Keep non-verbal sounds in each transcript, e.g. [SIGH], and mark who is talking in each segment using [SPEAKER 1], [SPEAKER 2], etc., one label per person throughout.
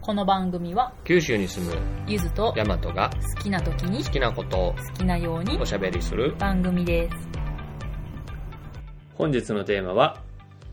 [SPEAKER 1] この番組は
[SPEAKER 2] 九州に住む
[SPEAKER 1] ゆずと
[SPEAKER 2] ヤマトが
[SPEAKER 1] 好きな時に
[SPEAKER 2] 好
[SPEAKER 1] 好
[SPEAKER 2] きなことを
[SPEAKER 1] きなように
[SPEAKER 2] おしゃべりする
[SPEAKER 1] 番組です
[SPEAKER 2] 本日のテーマは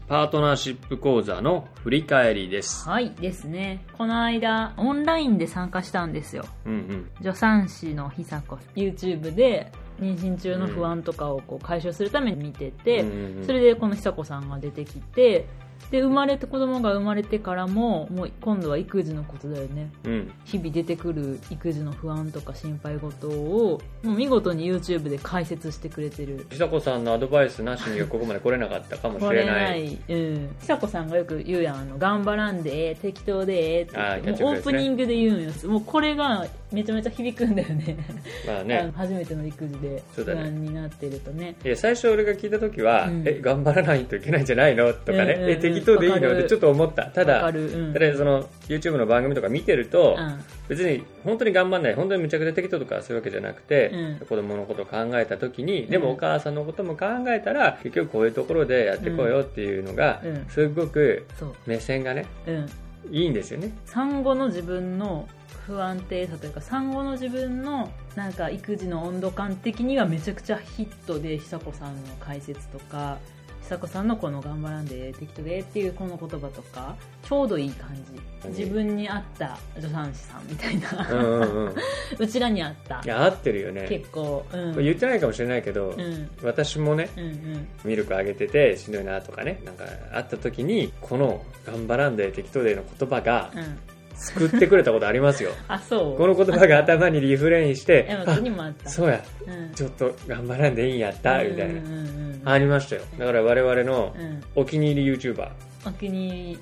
[SPEAKER 2] パートナーシップ講座の振り返りです
[SPEAKER 1] はいですねこの間オンラインで参加したんですよ
[SPEAKER 2] うんうん
[SPEAKER 1] 助産師の久子 YouTube で妊娠中の不安とかをこう解消するために見てて、
[SPEAKER 2] うんうんうん
[SPEAKER 1] それでこの久子さんが出てきてで生まれて子供が生まれてからももう今度は育児のことだよね
[SPEAKER 2] うん
[SPEAKER 1] 日々出てくる育児の不安とか心配事をもう見事に YouTube で解説してくれてる
[SPEAKER 2] 久子さんのアドバイスなしにはここまで来れなかったかもし
[SPEAKER 1] こ
[SPEAKER 2] れ
[SPEAKER 1] れ
[SPEAKER 2] な
[SPEAKER 1] ないい、うん、久子さんがよく言うやんあの頑張らんでええ適当でええって
[SPEAKER 2] あーキ
[SPEAKER 1] 言っ
[SPEAKER 2] ャッ
[SPEAKER 1] て
[SPEAKER 2] チフ
[SPEAKER 1] もうオ
[SPEAKER 2] レ
[SPEAKER 1] ー
[SPEAKER 2] ーズ
[SPEAKER 1] プ
[SPEAKER 2] ね
[SPEAKER 1] ニングで言うんよもうこれがめちゃめちゃ響くんだよね
[SPEAKER 2] まあ
[SPEAKER 1] あの
[SPEAKER 2] ね
[SPEAKER 1] 初めての育児で
[SPEAKER 2] そ
[SPEAKER 1] 不
[SPEAKER 2] うだね
[SPEAKER 1] 安になってるとね
[SPEAKER 2] いや最初俺が聞いた時は、
[SPEAKER 1] うん
[SPEAKER 2] え頑張らないといけないんじゃないのとかね、
[SPEAKER 1] うんうんうん
[SPEAKER 2] え適当でいい
[SPEAKER 1] わか
[SPEAKER 2] のっ
[SPEAKER 1] る
[SPEAKER 2] てちょっと思ったた
[SPEAKER 1] わか
[SPEAKER 2] だ
[SPEAKER 1] る、うん
[SPEAKER 2] ただその YouTube の番組とか見てると、
[SPEAKER 1] うん
[SPEAKER 2] 別に本当に頑張らない本当にむちゃくちゃ適当とかそういうわけじゃなくて、
[SPEAKER 1] うん
[SPEAKER 2] 子供のことを考えた時に
[SPEAKER 1] ん
[SPEAKER 2] でもお母さんのことも考えたら結局こういうところでやってこうよっていうのが、
[SPEAKER 1] うんうん
[SPEAKER 2] すごく
[SPEAKER 1] そう、
[SPEAKER 2] 目線がね
[SPEAKER 1] うん、
[SPEAKER 2] いいんですよね
[SPEAKER 1] 産後の自分の不安定さというか産後の自分のなんか育児の温度感的にはめちゃくちゃヒットで久子さんの解説とか久子さんのこの「頑張らんで適当で」っていうこの言葉とかちょうどいい感じ
[SPEAKER 2] うん
[SPEAKER 1] 自分に合った助産師さんみたいうな、
[SPEAKER 2] んうんうん
[SPEAKER 1] [LAUGHS] うちらに合った
[SPEAKER 2] いや合ってるよね
[SPEAKER 1] 結構うん
[SPEAKER 2] これ言ってないかもしれないけど、
[SPEAKER 1] うんうん
[SPEAKER 2] 私もね
[SPEAKER 1] うんうん
[SPEAKER 2] ミルクあげててしんどいなとかねなんかあった時にこの「頑張らんで適当で」の言葉が救ってくれたことありますよ
[SPEAKER 1] あそう
[SPEAKER 2] この言葉が頭にリフレインして
[SPEAKER 1] 山
[SPEAKER 2] あ
[SPEAKER 1] 本にもあった
[SPEAKER 2] そうや
[SPEAKER 1] うん
[SPEAKER 2] ちょっと頑張らんでいいんやったみたい
[SPEAKER 1] うん
[SPEAKER 2] な
[SPEAKER 1] うんうんうん
[SPEAKER 2] ありましたよだから我々の
[SPEAKER 1] うん
[SPEAKER 2] お気に入り YouTuber
[SPEAKER 1] お気に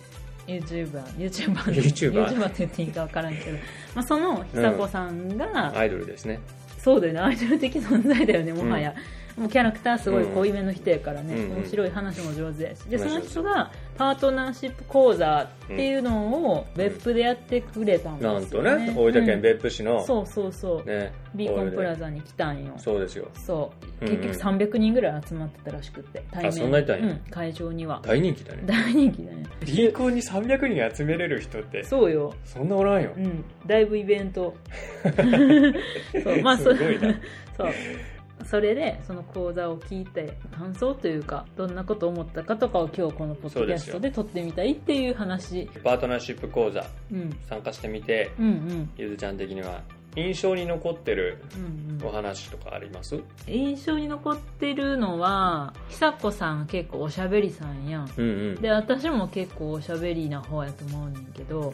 [SPEAKER 1] 入り YouTuberYouTuber
[SPEAKER 2] YouTuber
[SPEAKER 1] YouTuber って言っていいか分からんけど、まあ、その久子さんが、
[SPEAKER 2] アイドルですね
[SPEAKER 1] そうだよねアイドル的存在だよねもはや、もうキャラクターすごい濃いめの人やからね、
[SPEAKER 2] うんうん
[SPEAKER 1] 面白い話も上手やしでそ
[SPEAKER 2] 面白
[SPEAKER 1] の
[SPEAKER 2] い
[SPEAKER 1] 人がパートナーシップ講座っていうのを
[SPEAKER 2] ん
[SPEAKER 1] 別府でやってくれたんですよ、
[SPEAKER 2] な
[SPEAKER 1] ね
[SPEAKER 2] んとね大分県別府
[SPEAKER 1] う
[SPEAKER 2] 市
[SPEAKER 1] ん
[SPEAKER 2] の
[SPEAKER 1] そうそうそう、
[SPEAKER 2] ね
[SPEAKER 1] ビーコンプラ
[SPEAKER 2] ザ
[SPEAKER 1] ザに来たんよ
[SPEAKER 2] そうですよ
[SPEAKER 1] そう
[SPEAKER 2] うんうん
[SPEAKER 1] 結局300人ぐらい集まってたらしくって対面
[SPEAKER 2] あそんなにいたんや
[SPEAKER 1] うん会場には
[SPEAKER 2] 大人気だね
[SPEAKER 1] 大人気だね
[SPEAKER 2] 銀行に300人集めれる人って
[SPEAKER 1] そうよ
[SPEAKER 2] そんなおらんよ
[SPEAKER 1] うん、だいぶイベン
[SPEAKER 2] [LAUGHS]
[SPEAKER 1] トそうまあそ
[SPEAKER 2] すごいな
[SPEAKER 1] [LAUGHS] そうそれでその講座を聞いて感想というかどんなこと思ったかとかを今日このポッドキャストで撮ってみたいっていう話
[SPEAKER 2] パートナーシップ講座
[SPEAKER 1] うん
[SPEAKER 2] 参加してみて
[SPEAKER 1] うんうん
[SPEAKER 2] ゆずちゃん的には印象に残ってる
[SPEAKER 1] うんう
[SPEAKER 2] お
[SPEAKER 1] ん、
[SPEAKER 2] 話とかあります
[SPEAKER 1] 印象に残ってるのは久子さん結構おしゃべりさんやん
[SPEAKER 2] うんうん
[SPEAKER 1] で私も結構おしゃべりな方やと思うねんけど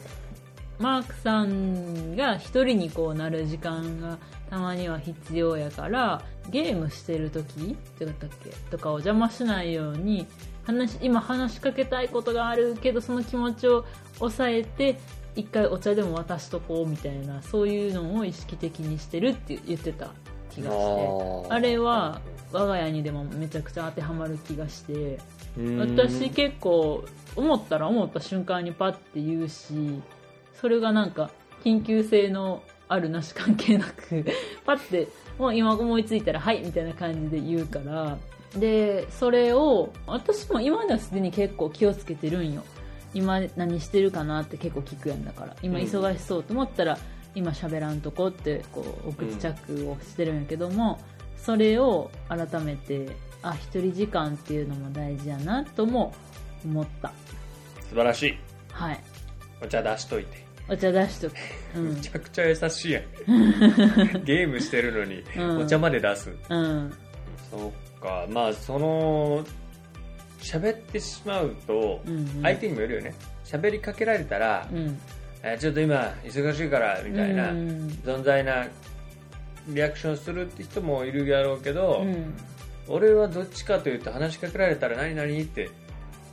[SPEAKER 1] マークさんが一人にこうなる時間がたまには必要やからゲームしてる時ってだったっけとかお邪魔しないように話今話しかけたいことがあるけどその気持ちを抑えて一回お茶でも渡しとこうみたいなそういうのを意識的にしてるって言ってた気がしてあれは我が家にでもめちゃくちゃ当てはまる気がして。私結構思ったら思った瞬間にパッて言うしそれがなんか緊急性のあるなし関係なく [LAUGHS] パッてもう今思いついたらはいみたいな感じで言うからでそれを私も今ではすでに結構気をつけてるんよ今何してるかなって結構聞くやんだから今
[SPEAKER 2] うん
[SPEAKER 1] 忙しそうと思ったら、今喋らんとこってこうお口チャックをしてるんやけども、それを改めてあ一人時間っていうのも大事やなとも思った
[SPEAKER 2] 素晴らしい
[SPEAKER 1] はい
[SPEAKER 2] お茶出しといて
[SPEAKER 1] お茶出し
[SPEAKER 2] [LAUGHS]
[SPEAKER 1] とく、う
[SPEAKER 2] む
[SPEAKER 1] ん
[SPEAKER 2] ちゃくちゃ優し
[SPEAKER 1] [LAUGHS]
[SPEAKER 2] いやんゲームしてるのに
[SPEAKER 1] うん
[SPEAKER 2] お茶まで出す、
[SPEAKER 1] うん
[SPEAKER 2] そっかまあその喋ってしまうと
[SPEAKER 1] うんうん
[SPEAKER 2] 相手にもよるよね喋りかけられたら、
[SPEAKER 1] うん
[SPEAKER 2] えちょっと今忙しいからみたいな、
[SPEAKER 1] うん
[SPEAKER 2] 存在なリアクションするって人もいるやろうけど、
[SPEAKER 1] うん
[SPEAKER 2] 俺はどっちかというと話しかけられたら何々って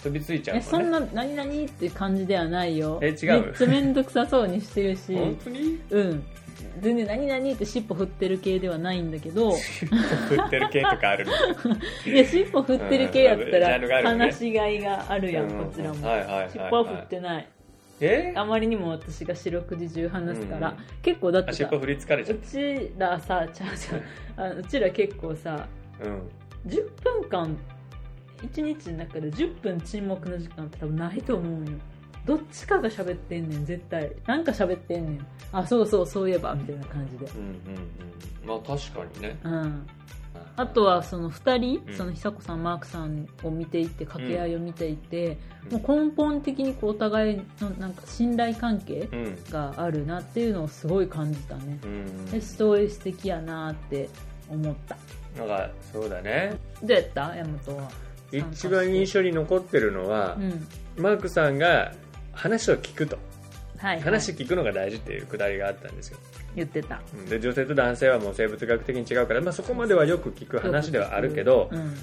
[SPEAKER 2] 飛びついちゃう
[SPEAKER 1] えそん
[SPEAKER 2] な
[SPEAKER 1] な何々って感じではないよ
[SPEAKER 2] え違う
[SPEAKER 1] めっちゃ面倒くさそうにしてるし
[SPEAKER 2] [LAUGHS] 本当に
[SPEAKER 1] うん全然何々って尻尾振ってる系ではないんだけど
[SPEAKER 2] 振ってる系とかあるの
[SPEAKER 1] [LAUGHS] いや尻尾振ってる系やった
[SPEAKER 2] うんジャンルが
[SPEAKER 1] ら
[SPEAKER 2] あるよね
[SPEAKER 1] 話しがいがあるやん
[SPEAKER 2] うん
[SPEAKER 1] こちらも
[SPEAKER 2] はいはいはいはい
[SPEAKER 1] 尻尾は振ってない
[SPEAKER 2] え
[SPEAKER 1] あまりにも私が四六時中話すから、
[SPEAKER 2] うん
[SPEAKER 1] 結構だっ
[SPEAKER 2] あ
[SPEAKER 1] て
[SPEAKER 2] 尻
[SPEAKER 1] さ
[SPEAKER 2] 尾振りつかれちゃ
[SPEAKER 1] う
[SPEAKER 2] っ
[SPEAKER 1] ちらさちゃうちゃうあうちら結構さ
[SPEAKER 2] たうん
[SPEAKER 1] 10分間1日の中で10分沈黙の時間って多分ないと思うよどっちかが喋ってんねん絶対なんか喋ってんねんあそうそうそういえばみたいな感じで
[SPEAKER 2] うんうんうんまあ確かにね
[SPEAKER 1] うんあとはその2人、
[SPEAKER 2] うん
[SPEAKER 1] その久子さんマークさんを見ていって掛け合いを見ていて、
[SPEAKER 2] うん
[SPEAKER 1] もう根本的にこうお互いのなんか信頼関係
[SPEAKER 2] うん
[SPEAKER 1] があるなっていうのをすごい感じたね
[SPEAKER 2] うんうん
[SPEAKER 1] でストーリー素敵やなって思った
[SPEAKER 2] なんかそうだね
[SPEAKER 1] どうやった山本は
[SPEAKER 2] 一番印象に残ってるのは
[SPEAKER 1] う、ん
[SPEAKER 2] マークさんが話を聞くと
[SPEAKER 1] はい、はい、
[SPEAKER 2] 話聞くのが大事っていうくだりがあったんですよ
[SPEAKER 1] 言ってた
[SPEAKER 2] うんで女性と男性はもう生物学的に違うから、まあ、そこまではよく聞く話ではあるけど、
[SPEAKER 1] うん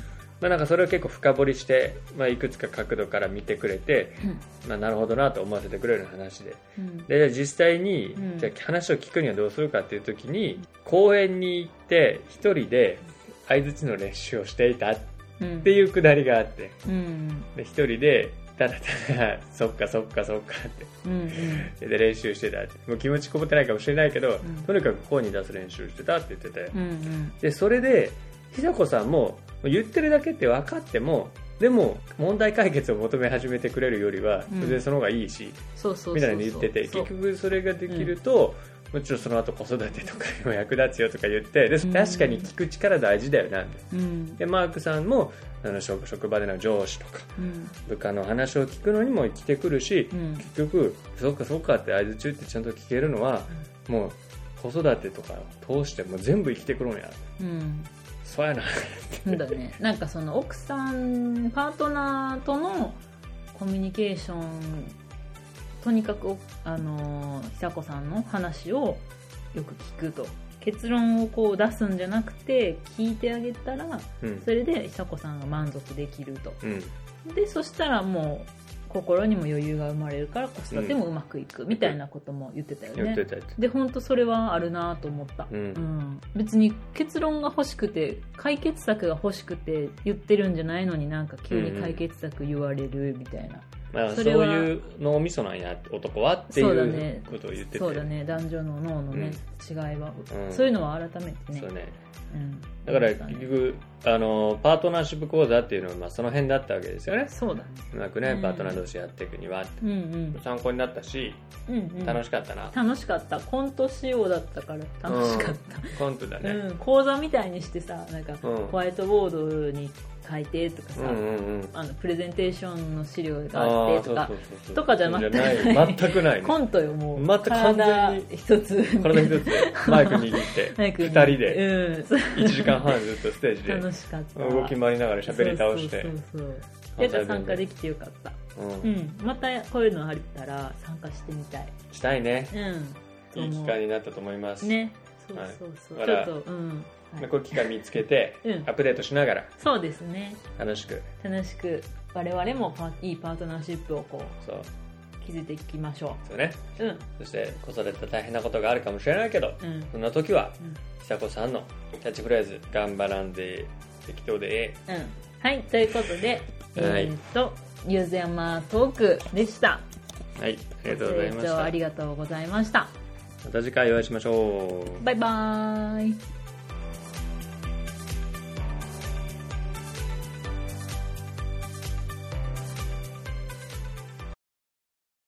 [SPEAKER 2] まあ、なんかそれを結構深掘りして、まあ、いくつか角度から見てくれて、まあ、なるほどなと思わせてくれる話で
[SPEAKER 1] うん
[SPEAKER 2] で実際に、
[SPEAKER 1] うん
[SPEAKER 2] じゃあ話を聞くにはどうするかっていう時に公園に行って一人で相づちの練習をしていたっ
[SPEAKER 1] うん
[SPEAKER 2] ていうくだりがあって
[SPEAKER 1] うん
[SPEAKER 2] で一人でただただ「そっかそっかそっか」っ
[SPEAKER 1] うんうん
[SPEAKER 2] てで練習してたってもう気持ちこもってないかもしれないけど、
[SPEAKER 1] ん
[SPEAKER 2] とにかく声に出す練習してたって言ってて、
[SPEAKER 1] うんうん
[SPEAKER 2] でそれで久子さんも言ってるだけって分かってもでも問題解決を求め始めてくれるよりは
[SPEAKER 1] うん
[SPEAKER 2] 全然その方がいいし、
[SPEAKER 1] そうそうそうそう
[SPEAKER 2] みたいに言ってて
[SPEAKER 1] そう
[SPEAKER 2] 結局それができると、もちろんその後子育てとかにも役立つよとか言ってで
[SPEAKER 1] うん
[SPEAKER 2] 確かに聞く力大事だよなみたいな
[SPEAKER 1] うん
[SPEAKER 2] でマークさんもあの職職場での上司とか
[SPEAKER 1] うん
[SPEAKER 2] 部下の話を聞くのにも生きてくるし、
[SPEAKER 1] うん
[SPEAKER 2] 結局そうかそうかって合図中ってちゃんと聞けるのは、もう子育てとかを通してもう全部生きてくるんや
[SPEAKER 1] うん
[SPEAKER 2] そうやな
[SPEAKER 1] そうだ
[SPEAKER 2] [LAUGHS]
[SPEAKER 1] ねなんかその奥さんパートナーとのコミュニケーションとにかくあのー久子さんの話をよく聞くと結論をこう出すんじゃなくて聞いてあげたら
[SPEAKER 2] うん
[SPEAKER 1] それで久子さんが満足できると
[SPEAKER 2] うん
[SPEAKER 1] でそしたらもう心にも余裕が生まれるから子育てもうまくいくみたいなことも言ってたよね、
[SPEAKER 2] 言ってたやつ
[SPEAKER 1] で本当それはあるなと思った、
[SPEAKER 2] うん
[SPEAKER 1] 別に結論が欲しくて解決策が欲しくて言ってるんじゃないのになんか急に解決策言われるみたいな、
[SPEAKER 2] まあ、そ
[SPEAKER 1] そうれは
[SPEAKER 2] いう脳みそなんや男はって
[SPEAKER 1] そうだ
[SPEAKER 2] い
[SPEAKER 1] ね
[SPEAKER 2] うことを言ってて
[SPEAKER 1] そうだね男女の脳のね、違いは、
[SPEAKER 2] うん
[SPEAKER 1] そういうのは改めてね
[SPEAKER 2] そうね
[SPEAKER 1] うん
[SPEAKER 2] だから
[SPEAKER 1] そうだ
[SPEAKER 2] 結
[SPEAKER 1] ね
[SPEAKER 2] 局あのパートナーシップ講座っていうのは、まあ、その辺だったわけですよね
[SPEAKER 1] そうだね
[SPEAKER 2] うまくね
[SPEAKER 1] うん
[SPEAKER 2] パートナー同士やっていくには、
[SPEAKER 1] うんうん
[SPEAKER 2] 参考になったし
[SPEAKER 1] うんうん
[SPEAKER 2] 楽しかったな、
[SPEAKER 1] 楽しかったコント仕様だったから楽しかった、
[SPEAKER 2] コントだ
[SPEAKER 1] う
[SPEAKER 2] ね、
[SPEAKER 1] ん講座みたいにしてさなんか
[SPEAKER 2] うん
[SPEAKER 1] ホワイトボードに書いてとか
[SPEAKER 2] う
[SPEAKER 1] さ、
[SPEAKER 2] ん、うんうん
[SPEAKER 1] あのプレゼンテーションの資料が
[SPEAKER 2] あ
[SPEAKER 1] あ
[SPEAKER 2] ー
[SPEAKER 1] ってとか
[SPEAKER 2] そうそうそうそう
[SPEAKER 1] とかじゃ全く
[SPEAKER 2] じ
[SPEAKER 1] ない
[SPEAKER 2] ゃ全くないね
[SPEAKER 1] コントよもう、
[SPEAKER 2] また完全に
[SPEAKER 1] 体一つ
[SPEAKER 2] 体一つマイク握
[SPEAKER 1] [LAUGHS]
[SPEAKER 2] って
[SPEAKER 1] マイク
[SPEAKER 2] 二
[SPEAKER 1] に
[SPEAKER 2] 人で
[SPEAKER 1] うんそう
[SPEAKER 2] 1時間半ずっとステージで
[SPEAKER 1] 楽しかった
[SPEAKER 2] 動き回りながら喋り倒して
[SPEAKER 1] そうそうそうそうやっぱ参加できてよかった
[SPEAKER 2] う
[SPEAKER 1] うんんまたこういうのあったら参加してみたい
[SPEAKER 2] したいね
[SPEAKER 1] うんと
[SPEAKER 2] いい
[SPEAKER 1] 思う
[SPEAKER 2] 機会になったと思います、
[SPEAKER 1] ねそうそうそう、
[SPEAKER 2] はい
[SPEAKER 1] ちょっ
[SPEAKER 2] だ
[SPEAKER 1] とうん、はい
[SPEAKER 2] こういう機会見つけて、
[SPEAKER 1] うん
[SPEAKER 2] アップデートしながら
[SPEAKER 1] そうですね
[SPEAKER 2] 楽しく
[SPEAKER 1] 楽しく我々もパいいパートナーシップをこ
[SPEAKER 2] そう
[SPEAKER 1] う築いていきましょ
[SPEAKER 2] そうね
[SPEAKER 1] ううん
[SPEAKER 2] そして子育て大変なことがあるかもしれないけど
[SPEAKER 1] うん
[SPEAKER 2] そんな時は
[SPEAKER 1] うん
[SPEAKER 2] 久子さんのキャッチフレーズ「頑張らんで適当でええ
[SPEAKER 1] うんはいということで、
[SPEAKER 2] はい
[SPEAKER 1] えーっとゆずやまトークでした」
[SPEAKER 2] はいありがとうございま
[SPEAKER 1] ご清聴あ
[SPEAKER 2] し
[SPEAKER 1] りがとうございました
[SPEAKER 2] たまた次回お会いしましょう
[SPEAKER 1] バイバーイ